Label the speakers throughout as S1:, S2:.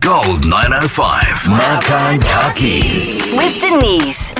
S1: Gold 905. Makan Kaki.
S2: With Denise.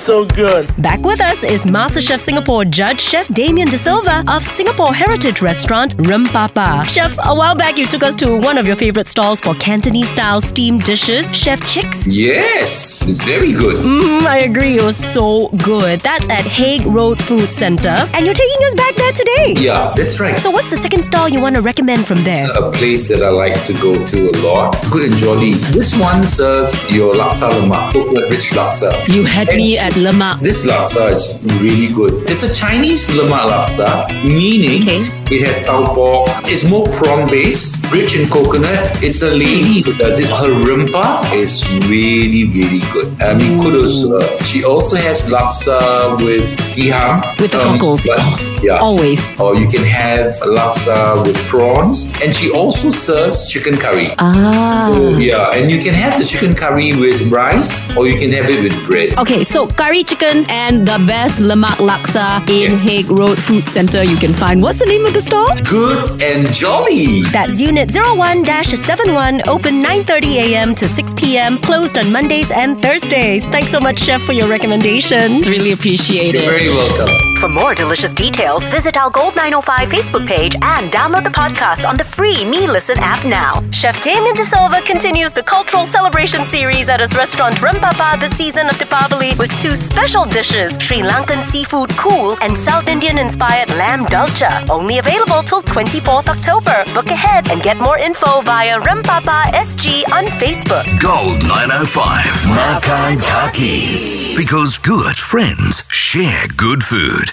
S3: So good.
S4: Back with us is MasterChef Singapore Judge Chef Damien De Silva of Singapore Heritage Restaurant Rempapa. Chef, a while back you took us to one of your favorite stalls for Cantonese style steamed dishes, Chef Chicks.
S5: Yes, it's very
S1: Hmm?
S5: good.
S4: Mm, I agree, it was so good. That's at Hague Road Food Center, and you're taking us back there today.
S5: Yeah, that's right.
S4: So, what's the second stall you want to recommend from there?
S5: A place that I like to go to a lot. Good and jolly. This one serves your laksa lemak, coconut rich laksa.
S6: You had me at Lemak.
S5: This laksa is really good. It's a Chinese lemak laksa, meaning
S6: Okay.
S5: it has tau pork. It's more prawn based, rich in coconut. It's a lady who does it. Her rimpa is really, really good. I mean, kudos to her. She also has laksa with siham.
S6: With the Oh. cockles.
S5: but- Um, Yeah.
S6: Always.
S5: Or you can have laksa with prawns. And she also serves chicken curry.
S6: Ah.
S5: Yeah, and you can have the chicken curry with rice or you can have it with bread.
S6: Okay, so curry chicken and the best lemak laksa in
S5: Yes.
S6: Hague Road Food Center you can find. What's the name of the stall?
S5: Good and jolly.
S4: That's Unit 01-71, open 9.30 a.m. to 6 p.m., closed on Mondays and Thursdays. Thanks so much, Chef, for your recommendation.
S6: Really appreciate
S5: You're
S6: it.
S5: very welcome.
S2: For more delicious details, visit our Gold 905 Facebook page and download the podcast on the free Me Listen app now.
S4: Chef Damien De Silva continues the cultural celebration series at his restaurant Rempapa this season of Deepavali with two special dishes, Sri Lankan seafood cool and South Indian-inspired lamb dalcha, only available till 24th October. Book ahead and get more info via Rempapa SG on Facebook.
S1: Gold 905. Makan Kaki. Because good friends share good food.